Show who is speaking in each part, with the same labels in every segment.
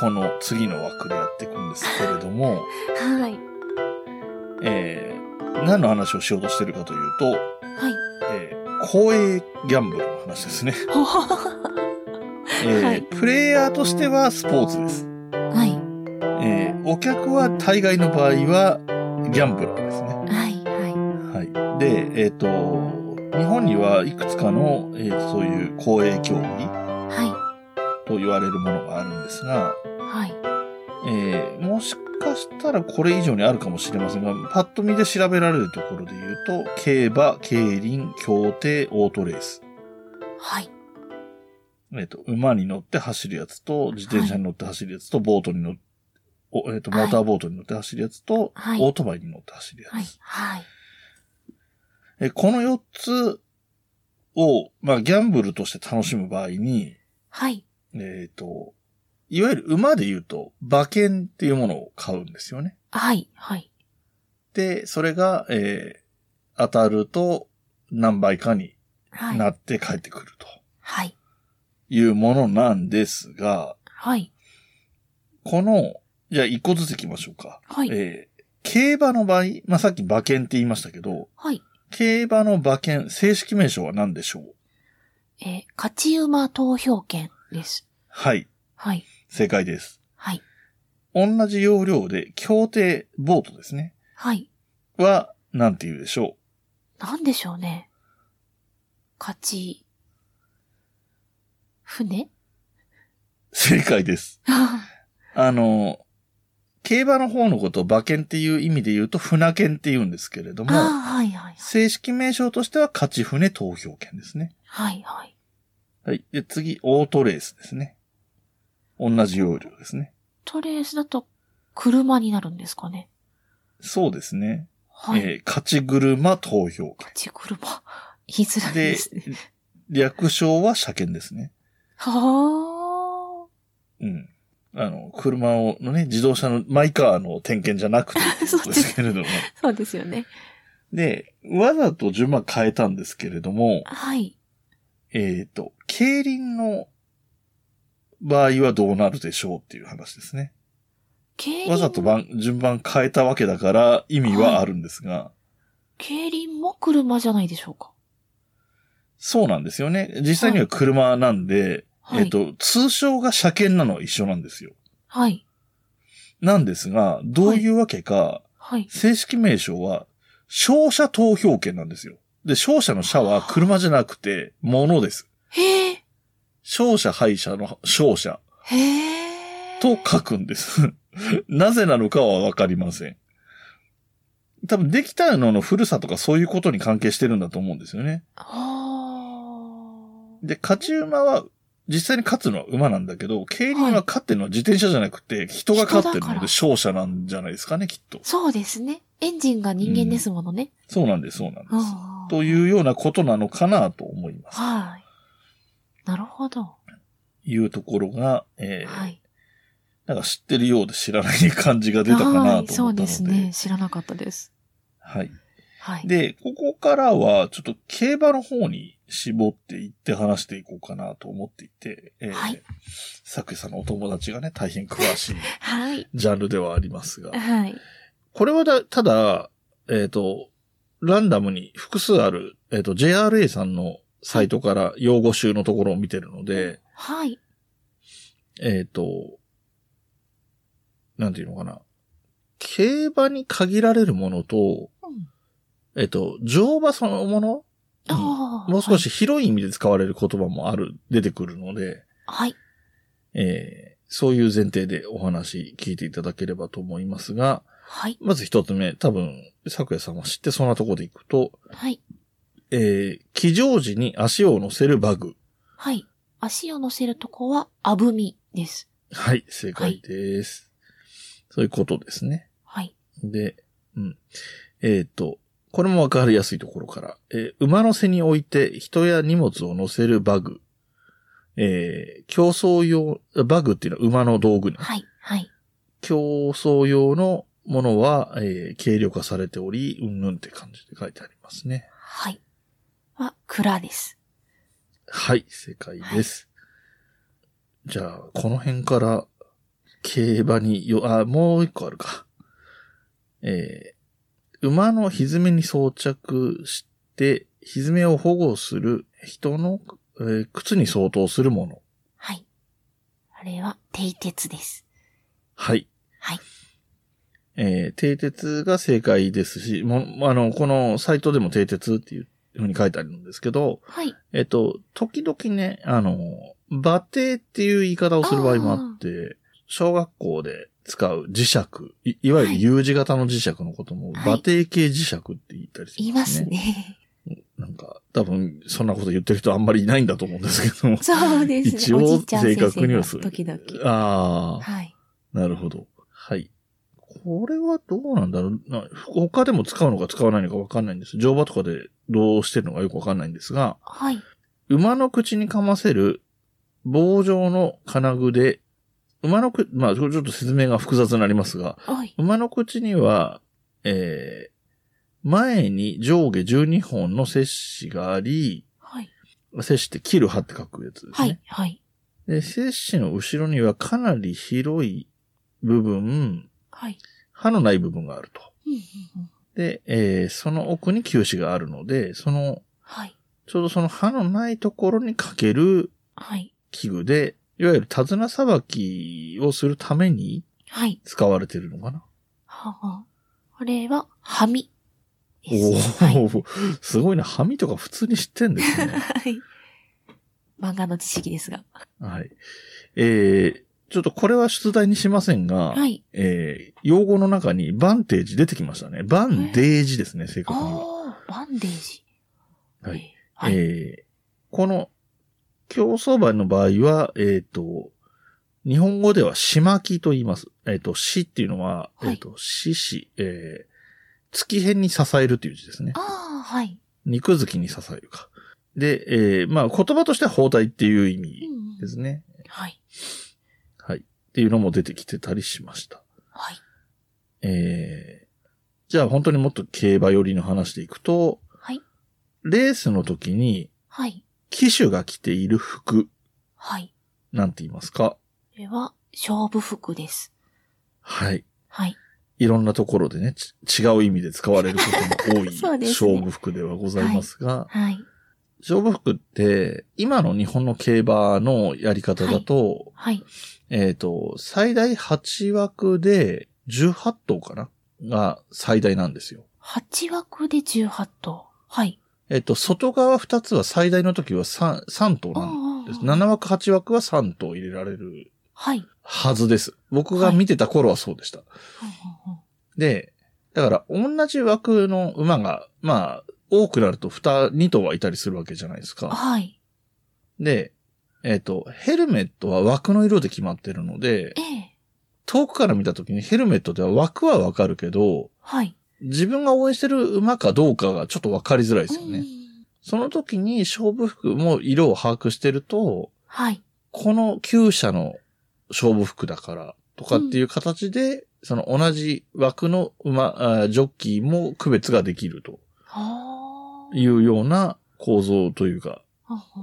Speaker 1: この次の枠でやっていくんですけれども、
Speaker 2: はい。
Speaker 1: えー、何の話をしようとしてるかというと、
Speaker 2: はい。
Speaker 1: えー、公営ギャンブルの話 ですね。
Speaker 2: ほほほほ
Speaker 1: えー
Speaker 2: はい
Speaker 1: プレイヤーとしてはスポーツです。
Speaker 2: はい。
Speaker 1: えー、お客は大概の場合はギャンブラーですね。
Speaker 2: はい。は
Speaker 1: はい。で、えっ、と、日本にはいくつかの、えーそういう公営競技
Speaker 2: い。は
Speaker 1: と言われるものがあるんですが、
Speaker 2: い。はい。
Speaker 1: えーもしかしたらこれ以上にあるかもしれませんが、パッと見で調べられるところで言うと、競馬、競輪、競艇、オートレース。
Speaker 2: はい。
Speaker 1: えっ、と、馬に乗って走るやつと、自転車に乗って走るやつと、ボートに乗って、おえっ、と、モーターボートに乗って走るやつと、
Speaker 2: はい
Speaker 1: オートバイに乗って走るやつ。
Speaker 2: はい。はい。
Speaker 1: えこの4つを、まあ、ギャンブルとして楽しむ場合に、
Speaker 2: はい。
Speaker 1: えっ、と、いわゆる馬で言うと、馬券っていうものを買うんですよね。
Speaker 2: はい。はい。
Speaker 1: で、それが、えー当たると何倍かに
Speaker 2: はい。
Speaker 1: なって帰ってくると
Speaker 2: はい。
Speaker 1: いうものなんですが、
Speaker 2: はい。
Speaker 1: この、じゃあ一個ずついきましょうか。
Speaker 2: はい。
Speaker 1: えー競馬の場合、まあ、さっき馬券って言いましたけど、
Speaker 2: はい。
Speaker 1: 競馬の馬券、正式名称は何でしょう
Speaker 2: えー、勝ち馬投票券です。
Speaker 1: はい、
Speaker 2: はい。
Speaker 1: 正解です。
Speaker 2: はい。
Speaker 1: 同じ要領で、競艇ボートですね。
Speaker 2: はい。
Speaker 1: は、なんて言うでしょ
Speaker 2: なんでしょうね。勝ち、船
Speaker 1: う正解です。あの、競馬の方のことを馬券っていう意味で言うと船券って言うんですけれども、
Speaker 2: ああ、はいはい。
Speaker 1: 正式名称としては勝ち船投票券ですね。
Speaker 2: はいはい。
Speaker 1: はい。で、次、オートレースですね。同じ要領ですね。
Speaker 2: トレースだと、車になるんですかね。
Speaker 1: そうですね。
Speaker 2: はい。
Speaker 1: えー勝ち車投票
Speaker 2: 勝ち車。言いづ
Speaker 1: 券。
Speaker 2: らい
Speaker 1: で
Speaker 2: ですね。、
Speaker 1: 略称は車券ですね。
Speaker 2: は
Speaker 1: うん。あの、車を、のね、自動車の、マイカーの点検じゃなくて、
Speaker 2: そうです
Speaker 1: ですけれども。
Speaker 2: あ。 そうですよね。
Speaker 1: で、わざと順番変えたんですけれども、
Speaker 2: はい。
Speaker 1: えっ、と、競輪の場合はどうなるでしょうっていう話ですね。
Speaker 2: 競輪
Speaker 1: わざと番順番変えたわけだから意味はあるんですが、
Speaker 2: 競輪も車じゃないでしょうか。
Speaker 1: そうなんですよね。実際には車なんで、
Speaker 2: はい。
Speaker 1: えっ、と、通称が車検なのは一緒なんですよ。
Speaker 2: はい。
Speaker 1: なんですが、どういうわけか、
Speaker 2: はい。
Speaker 1: 正式名称は、商社投票権なんですよ。で、商社の社は車じゃなくて、物です。
Speaker 2: へえ。
Speaker 1: 商社廃車の商社
Speaker 2: へえ。
Speaker 1: と書くんです。 なぜなのかはわかりません。多分できたのの古さとかそういうことに関係してるんだと思うんですよね。
Speaker 2: はあ。
Speaker 1: で、勝ち馬は、実際に勝つのは馬なんだけど、競輪は勝ってるのは自転車じゃなくて、人が勝ってる
Speaker 2: 人
Speaker 1: の
Speaker 2: だか
Speaker 1: で
Speaker 2: ら
Speaker 1: 勝者なんじゃないですかね、きっと。
Speaker 2: そうですね。エンジンが人間ですものね。
Speaker 1: そうなんです、そうなんで
Speaker 2: うん
Speaker 1: す。というようなことなのかなと思います。
Speaker 2: はい。なるほど。
Speaker 1: いうところが、えー
Speaker 2: はい。
Speaker 1: なんか知ってるようで知らない感じが出たかなと思
Speaker 2: は
Speaker 1: っ
Speaker 2: い
Speaker 1: た
Speaker 2: そう
Speaker 1: ので。
Speaker 2: ですね。知らなかったです。
Speaker 1: はい。
Speaker 2: はい。
Speaker 1: で、ここからは、ちょっと競馬の方に絞っていって話していこうかなと思っていて、えー
Speaker 2: はい
Speaker 1: さくさんのお友達がね、大変詳しい
Speaker 2: はい。
Speaker 1: ジャンルではありますが、
Speaker 2: はい。
Speaker 1: これはだ、ただ、えっ、と、ランダムに複数ある、えっ、と、JRA さんのサイトから用語集のところを見てるので、
Speaker 2: はい。
Speaker 1: えっ、と、なんていうのかな。競馬に限られるものと、
Speaker 2: うん
Speaker 1: えっ、と、乗馬そのもの
Speaker 2: ああ。
Speaker 1: もう少し広い意味で使われる言葉もある、出てくるので、
Speaker 2: はい。
Speaker 1: えーそういう前提でお話聞いていただければと思いますが、
Speaker 2: はい。
Speaker 1: まず一つ目、多分、咲夜さんは知ってそうなところでいくと、
Speaker 2: はい。
Speaker 1: えー、騎乗時に足を乗せるバグ。
Speaker 2: はい。足を乗せるとこは、あぶみです。
Speaker 1: はい、正解です。そういうことですね。
Speaker 2: はい。
Speaker 1: で、うん。えっ、と、これもわかりやすいところから、えー馬の背に置いて人や荷物を乗せるバグ。えー競争用、バグっていうのは馬の道具ね。
Speaker 2: はい。はい。
Speaker 1: 競争用のものは、えー軽量化されており、うんぬんって感じで書いてありますね。
Speaker 2: はい。は、蔵です。
Speaker 1: はい、正解です。じゃあ、この辺から競馬によ、あ、もう一個あるか。えー馬の蹄に装着して、蹄を保護する人の、えー靴に相当するもの。
Speaker 2: はい。あれは、蹄鉄です。
Speaker 1: はい。
Speaker 2: はい。
Speaker 1: えー、蹄鉄が正解ですし、も、あの、このサイトでも蹄鉄っていうふうに書いてあるんですけど、
Speaker 2: はい。
Speaker 1: えっと、時々ね、あの、馬蹄っていう言い方をする場合もあって、小学校で使う磁石、いいわゆる
Speaker 2: はい
Speaker 1: U 字型の磁石のことも、
Speaker 2: はい
Speaker 1: 馬蹄系磁石って言ったりし
Speaker 2: 言い
Speaker 1: ま
Speaker 2: ますす
Speaker 1: ね。
Speaker 2: ね。。
Speaker 1: なんか、多分、そんなこと言ってる人あんまりいないんだと思うんですけども
Speaker 2: そうですね。
Speaker 1: 一応
Speaker 2: おじいちゃん先
Speaker 1: 正確
Speaker 2: 生
Speaker 1: には
Speaker 2: が
Speaker 1: そう
Speaker 2: 時々。
Speaker 1: ああ、
Speaker 2: はい。
Speaker 1: なるほど。はい。これはどうなんだろうな他でも使うのか使わないのかわかんないんです。乗馬とかでどうしてるのかよくわかんないんですが、
Speaker 2: はい。
Speaker 1: 馬の口にかませる棒状の金具で、馬の口、まあ、ちょっと説明が複雑になりますが、
Speaker 2: はい。
Speaker 1: 馬の口には、えー、前に上下12本の摂氏があり、
Speaker 2: はい。
Speaker 1: 摂氏って切る刃って書くやつです
Speaker 2: は
Speaker 1: ね。
Speaker 2: い。はい。
Speaker 1: で、摂氏の後ろにはかなり広い部分、
Speaker 2: はい。
Speaker 1: 刃のない部分があると。
Speaker 2: うんうんうん
Speaker 1: で、えーその奥に球歯があるので、その、
Speaker 2: はい。
Speaker 1: ちょうどその刃のないところにかける
Speaker 2: はい。
Speaker 1: 器具で、いわゆる手綱さばきをするために
Speaker 2: はい。
Speaker 1: 使われてるのかな。
Speaker 2: はは。あれは、はみ。
Speaker 1: お
Speaker 2: ですはい。
Speaker 1: お、すごいな。ハミとか普通に知ってんです ね。
Speaker 2: はい。漫画の知識ですが。
Speaker 1: はい。えー、ちょっとこれは出題にしませんが、
Speaker 2: はい。
Speaker 1: えー、用語の中にバンテージ出てきましたね。バンデージですね、正確には。
Speaker 2: ああ、バンデージ。
Speaker 1: はい。
Speaker 2: はい。
Speaker 1: えー、この、競走馬の場合は、えっ、と、日本語では、しまきと言います。えっ、と、しっていうのは、
Speaker 2: はい
Speaker 1: えっ、と、しし、えー、月辺に支えるという字ですね
Speaker 2: あ。あ、はい。
Speaker 1: 肉月に支えるか。で、えー、まあ、言葉としては包帯っていう意
Speaker 2: うん
Speaker 1: 味
Speaker 2: う
Speaker 1: で
Speaker 2: ん
Speaker 1: すね。
Speaker 2: はい。
Speaker 1: はい。っていうのも出てきてたりしました。
Speaker 2: はい。
Speaker 1: えー、じゃあ本当にもっと競馬寄りの話でいくと、
Speaker 2: はい。
Speaker 1: レースの時に、
Speaker 2: はい。
Speaker 1: 騎手が着ている服、
Speaker 2: はい。
Speaker 1: なんて言いますか
Speaker 2: これは、勝負服です。
Speaker 1: はい。
Speaker 2: はい。
Speaker 1: いろんなところでね、ち違う意味で使われることも多い、
Speaker 2: そうですね
Speaker 1: 勝負服ではございますが、
Speaker 2: はい。
Speaker 1: 勝負服って、今の日本の競馬のやり方だと、
Speaker 2: はい。
Speaker 1: えっ、と、最大8枠で18頭かなが最大なんですよ。
Speaker 2: 8枠で18頭。はい。
Speaker 1: えっ、と、外側2つは最大の時は 3, 3頭なんです。
Speaker 2: 7
Speaker 1: 7枠8枠は3頭入れられる
Speaker 2: はい。
Speaker 1: はずです。僕が見てた頃はそうでした。で、だから同じ枠の馬が、まあ、多くなると2、2頭はいたりするわけじゃないですか。
Speaker 2: はい。
Speaker 1: で、えっ、と、ヘルメットは枠の色で決まってるので
Speaker 2: え、え。
Speaker 1: 遠くから見た時にヘルメットでは枠はわかるけど、
Speaker 2: はい。
Speaker 1: 自分が応援してる馬かどうかがちょっとわかりづらいですよね。
Speaker 2: うん
Speaker 1: その時に勝負服も色を把握してると、
Speaker 2: はい。
Speaker 1: この旧車の勝負服だからとかっていう形で、その同じ枠の馬、あジョッキーも区別ができると
Speaker 2: はあ。
Speaker 1: いうような構造というか、
Speaker 2: ほうほ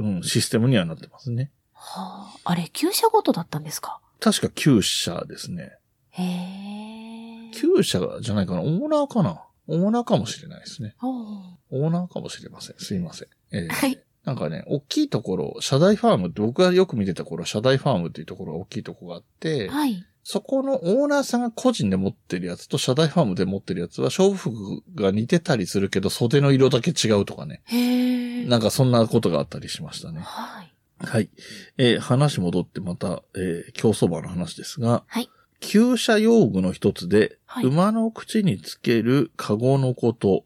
Speaker 2: う
Speaker 1: うん、システムにはなってますね。
Speaker 2: はあ。あれ、旧車ごとだったんですか
Speaker 1: 確か旧車ですね。
Speaker 2: へえ。
Speaker 1: 旧車じゃないかなオーナーかなオーナーかもしれないですね。
Speaker 2: ほうほ
Speaker 1: オーナーかもしれません。すいません。えー
Speaker 2: うはい。
Speaker 1: なんかね、大きいところ、社大ファームって僕がよく見てた頃、社大ファームっていうところが大きいところがあって、
Speaker 2: はい。
Speaker 1: そこのオーナーさんが個人で持ってるやつと社大ファームで持ってるやつは勝負服が似てたりするけど袖の色だけ違うとかね。
Speaker 2: へえ。
Speaker 1: なんかそんなことがあったりしましたね。
Speaker 2: はい。
Speaker 1: はい。えー話戻ってまた、えー競走馬の話ですが、
Speaker 2: はい
Speaker 1: 旧車用具の一つで、
Speaker 2: はい
Speaker 1: 馬の口につけるカゴのこと、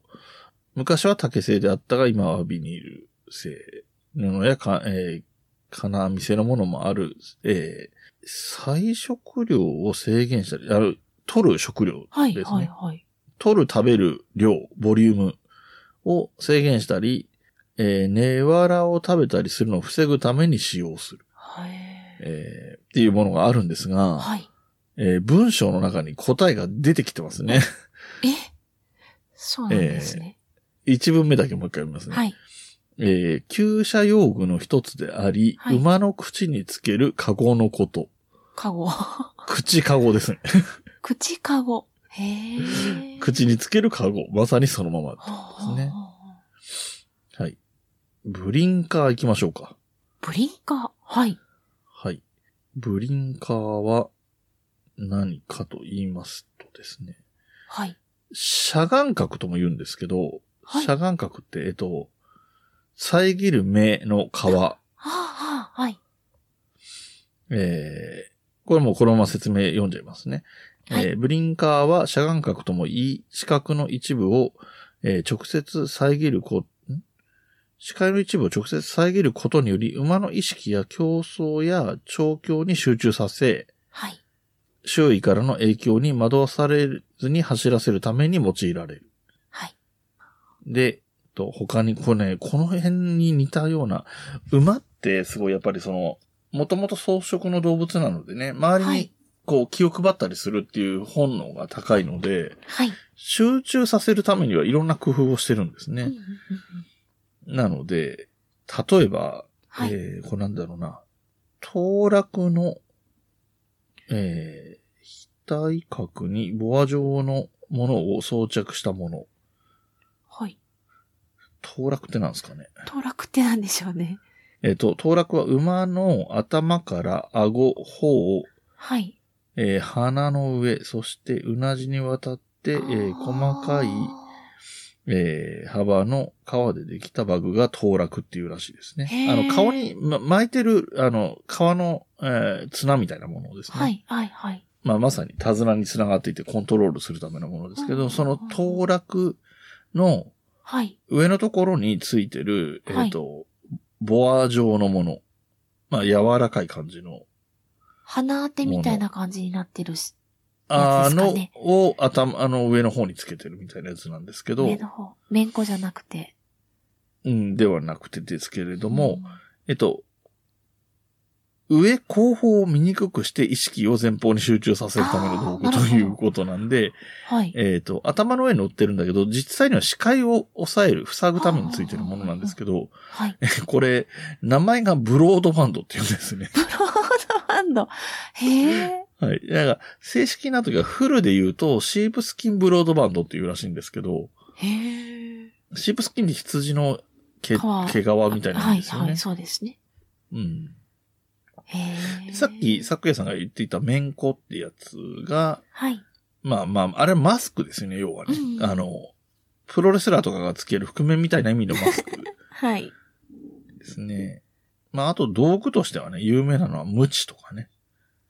Speaker 1: 昔は竹製であったが、今はビニール製、布やか、えー金網製のものもある、えー採食量を制限したり、ある、取る食料
Speaker 2: はい。
Speaker 1: ですね。
Speaker 2: はい。はい。
Speaker 1: 取る食べる量、ボリュームを制限したり、えー、根わらを食べたりするのを防ぐために使用する、
Speaker 2: はい。
Speaker 1: えーっていうものがあるんですが、
Speaker 2: はい。
Speaker 1: えー文章の中に答えが出てきてますね。
Speaker 2: えそうなんですね。
Speaker 1: 一文目だけもう一回読みますね。
Speaker 2: はい。
Speaker 1: えー、旧車用具の一つであり、
Speaker 2: はい
Speaker 1: 馬の口につけるカゴのこと。
Speaker 2: カゴ。
Speaker 1: 口カゴですね。
Speaker 2: 口カゴ。へ え。
Speaker 1: 口につけるカゴ。まさにそのまま。
Speaker 2: はあ
Speaker 1: ですねはい。ブリンカー行きましょうか。
Speaker 2: ブリンカー。はい。
Speaker 1: はい。ブリンカーは何かと言いますとですね。
Speaker 2: はい。
Speaker 1: 遮眼角とも言うんですけど、
Speaker 2: はい
Speaker 1: 遮眼角って、えっと、遮る目の 皮。
Speaker 2: はあ、はあ、はい。
Speaker 1: えー、これもうこのまま説明読んじゃいますね。
Speaker 2: はい
Speaker 1: えーブリンカーは遮眼角とも言い、視覚の一部を、えー直接遮るこ、ん視界の一部を直接遮ることにより、馬の意識や競争や調教に集中させ、
Speaker 2: はい。
Speaker 1: 周囲からの影響に惑わされずに走らせるために用いられる。
Speaker 2: はい。
Speaker 1: で、と他にこれね、この辺に似たような、馬ってすごいやっぱりその、もともと草食の動物なのでね、周り
Speaker 2: は
Speaker 1: に
Speaker 2: い。
Speaker 1: こう気を配ったりするっていう本能が高いので、
Speaker 2: はい。
Speaker 1: 集中させるためにはいろんな工夫をしてるんです
Speaker 2: うんうん
Speaker 1: ね
Speaker 2: う。んうん
Speaker 1: なので、例えば、
Speaker 2: はい。
Speaker 1: えー、これなんだろうな、当落の、えー、額角にボア状のものを装着したもの。
Speaker 2: はい。
Speaker 1: 当落ってなんですかね
Speaker 2: 当落ってなんでしょうね。
Speaker 1: えっ、と、当落は馬の頭から顎、頬、
Speaker 2: はい。
Speaker 1: えー鼻の上、そしてうなじにわたって、えー
Speaker 2: あー
Speaker 1: 細かい、えー幅の皮でできたバグが当落っていうらしいですね。
Speaker 2: へー
Speaker 1: あの、顔に、ま、巻いてる、あの、皮の、えー綱みたいなものですね。
Speaker 2: はい、はい、はい。
Speaker 1: まあ、まさに手綱につながっていてコントロールするためのものですけ
Speaker 2: う
Speaker 1: ど、
Speaker 2: ん
Speaker 1: その当落の
Speaker 2: はい。
Speaker 1: 上のところについてる、えっ、
Speaker 2: はい
Speaker 1: と、ボア状のもの。まあ、柔らかい感じの
Speaker 2: 鼻当てみたいな感じになってるし、
Speaker 1: あ
Speaker 2: やつですか
Speaker 1: の
Speaker 2: ね、
Speaker 1: を頭、あの上の方につけてるみたいなやつなんですけど
Speaker 2: 目、の方。めんこじゃなくて。
Speaker 1: うん、ではなくてですけれども、
Speaker 2: ん
Speaker 1: えっと、上後方を見にくくして意識を前方に集中させるための道具
Speaker 2: あーなる
Speaker 1: と
Speaker 2: ほど
Speaker 1: いうことなんで、
Speaker 2: はい。
Speaker 1: えっと、頭の上に乗ってるんだけど、実際には視界を抑える、塞ぐためについてるものなんですけど、
Speaker 2: はい。
Speaker 1: これ、名前がブロードバンドって言うんですね。
Speaker 2: ブロードバンド。へえ。
Speaker 1: はい。だから、正式な時はフルで言うと、シープスキンブロードバンドっていうらしいんですけど、
Speaker 2: へえ。
Speaker 1: シープスキンって羊の毛
Speaker 2: 皮
Speaker 1: 毛皮みたいなんですよね。
Speaker 2: はい、はい、そうですね。
Speaker 1: うん、
Speaker 2: へえ。
Speaker 1: さっき、さくやさんが言っていたメンコってやつが、
Speaker 2: はい。
Speaker 1: まあまあ、あれマスクですよね、要はね。
Speaker 2: うん
Speaker 1: あの、プロレスラーとかがつける覆面みたいな意味のマスク
Speaker 2: はい。
Speaker 1: ですね。まあ、あと道具としてはね、有名なのは無知とかね。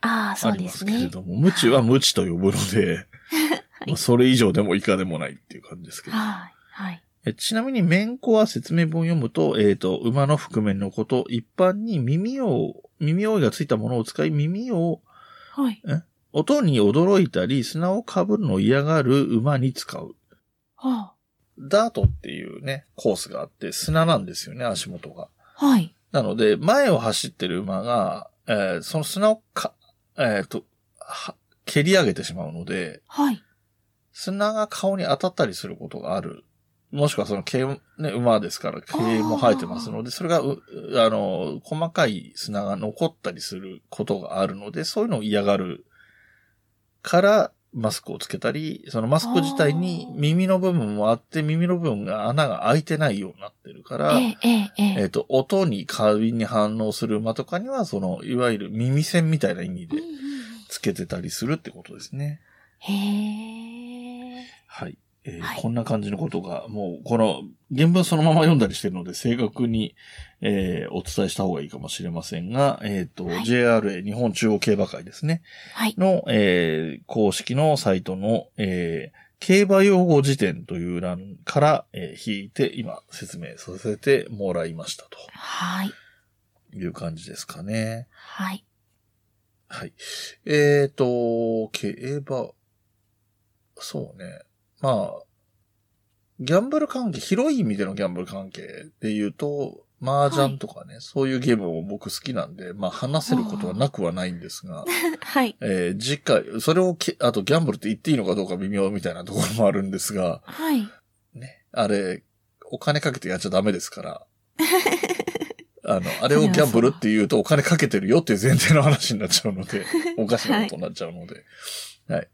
Speaker 2: ああ、そ
Speaker 1: あ
Speaker 2: う
Speaker 1: り
Speaker 2: で
Speaker 1: ますすけれ
Speaker 2: ね。
Speaker 1: ども、無知は無知と呼ぶので、
Speaker 2: い
Speaker 1: まあそれ以上でも以下でもないっていう感じですけど。
Speaker 2: はい。はい。
Speaker 1: えちなみに、面子は説明文を読むと、えっ、と、馬の覆面のこと、一般に耳を、耳覆いがついたものを使い、耳を、
Speaker 2: はい。
Speaker 1: 音に驚いたり、砂を被るのを嫌がる馬に使う。
Speaker 2: は
Speaker 1: ダートっていうね、コースがあって、砂なんですよね、足元が。
Speaker 2: あ。はい。
Speaker 1: なので、前を走ってる馬が、えーその砂をか、えっ、と、は蹴り上げてしまうので、
Speaker 2: はい。
Speaker 1: 砂が顔に当たったりすることがある。もしくはその毛、ね、馬ですから毛も生えてますので、それがう、うあの、細かい砂が残ったりすることがあるので、そういうのを嫌がるから、マスクをつけたり、そのマスク自体に耳の部分もあって、耳の部分が穴が開いてないようになってるから、
Speaker 2: ええ、ええ、え
Speaker 1: えっ、
Speaker 2: え。
Speaker 1: と、音に過敏に反応する馬とかには、その、いわゆる耳栓みたいな意味
Speaker 2: うん
Speaker 1: で
Speaker 2: うんうん
Speaker 1: つけてたりするってことですね。
Speaker 2: へえ。
Speaker 1: はい。えー
Speaker 2: はい
Speaker 1: こんな感じのことが、もう、この、原文そのまま読んだりしてるので、正確に、えーお伝えした方がいいかもしれませんが、えっ、と、
Speaker 2: はい
Speaker 1: JRA 日本中央競馬会ですね、
Speaker 2: はい。
Speaker 1: の、えー公式のサイトの、えー競馬用語辞典という欄から、えー引いて、今、説明させてもらいましたと
Speaker 2: はい。
Speaker 1: いう感じですかね。
Speaker 2: はい。
Speaker 1: はい。えっ、と、競馬、そうね。まあ、ギャンブル関係、広い意味でのギャンブル関係で言うと、麻雀とかね、そういうゲームも僕好きなんで、まあ話せることはなくはないんですが、
Speaker 2: はい。
Speaker 1: えー次回、それをけ、あとギャンブルって言っていいのかどうか微妙みたいなところもあるんですが、
Speaker 2: はい。
Speaker 1: ね、あれ、お金かけてやっちゃダメですから、あの、あれをギャンブルって言うとお金かけてるよっていう前提の話になっちゃうので、おかしなことになっちゃうので。はい、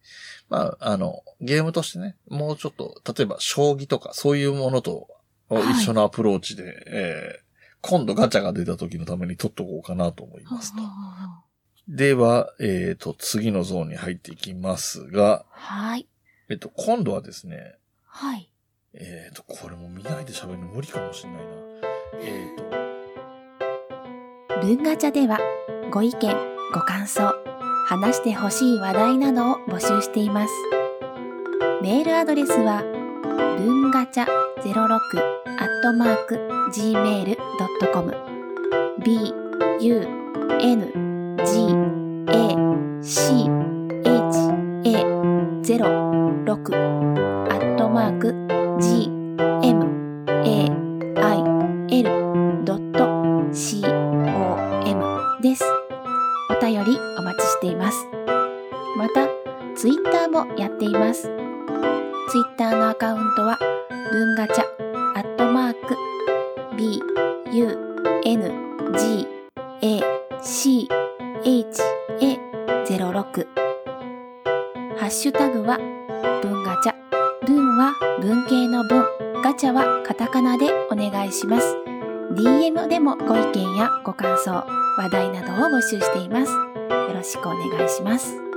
Speaker 1: まあ、あの、ゲームとしてね、もうちょっと、例えば将棋とかそういうものと
Speaker 3: はい
Speaker 1: 一緒のアプローチで、えー今度ガチャが出た時のために取っとこうかなと思いますと。
Speaker 3: は
Speaker 1: では、えっ、と、次のゾーンに入っていきますが、
Speaker 3: はい。
Speaker 1: えっと、今度はですね、
Speaker 3: はい。
Speaker 1: えっ、と、これも見ないで喋るの無理かもしれないな。えっ、と、
Speaker 2: ルンガチャではご意見、ご感想、話してほしい話題などを募集しています。メールアドレスはルンガチャ06アットマーク gmail.com b u n g a c h a 06アットマーク g m a i l c OM です。お便りお待ちしています。また、ツイッターもやっています。ツイッターのアカウントは、文ガチャ、アットマーク、B、U、N、G、A、C、H、A、06。ハッシュタグは、文ガチャ。文は文系の文、ガチャはカタカナでお願いします。DM でもご意見やご感想、話題などを募集しています。よろしくお願いします。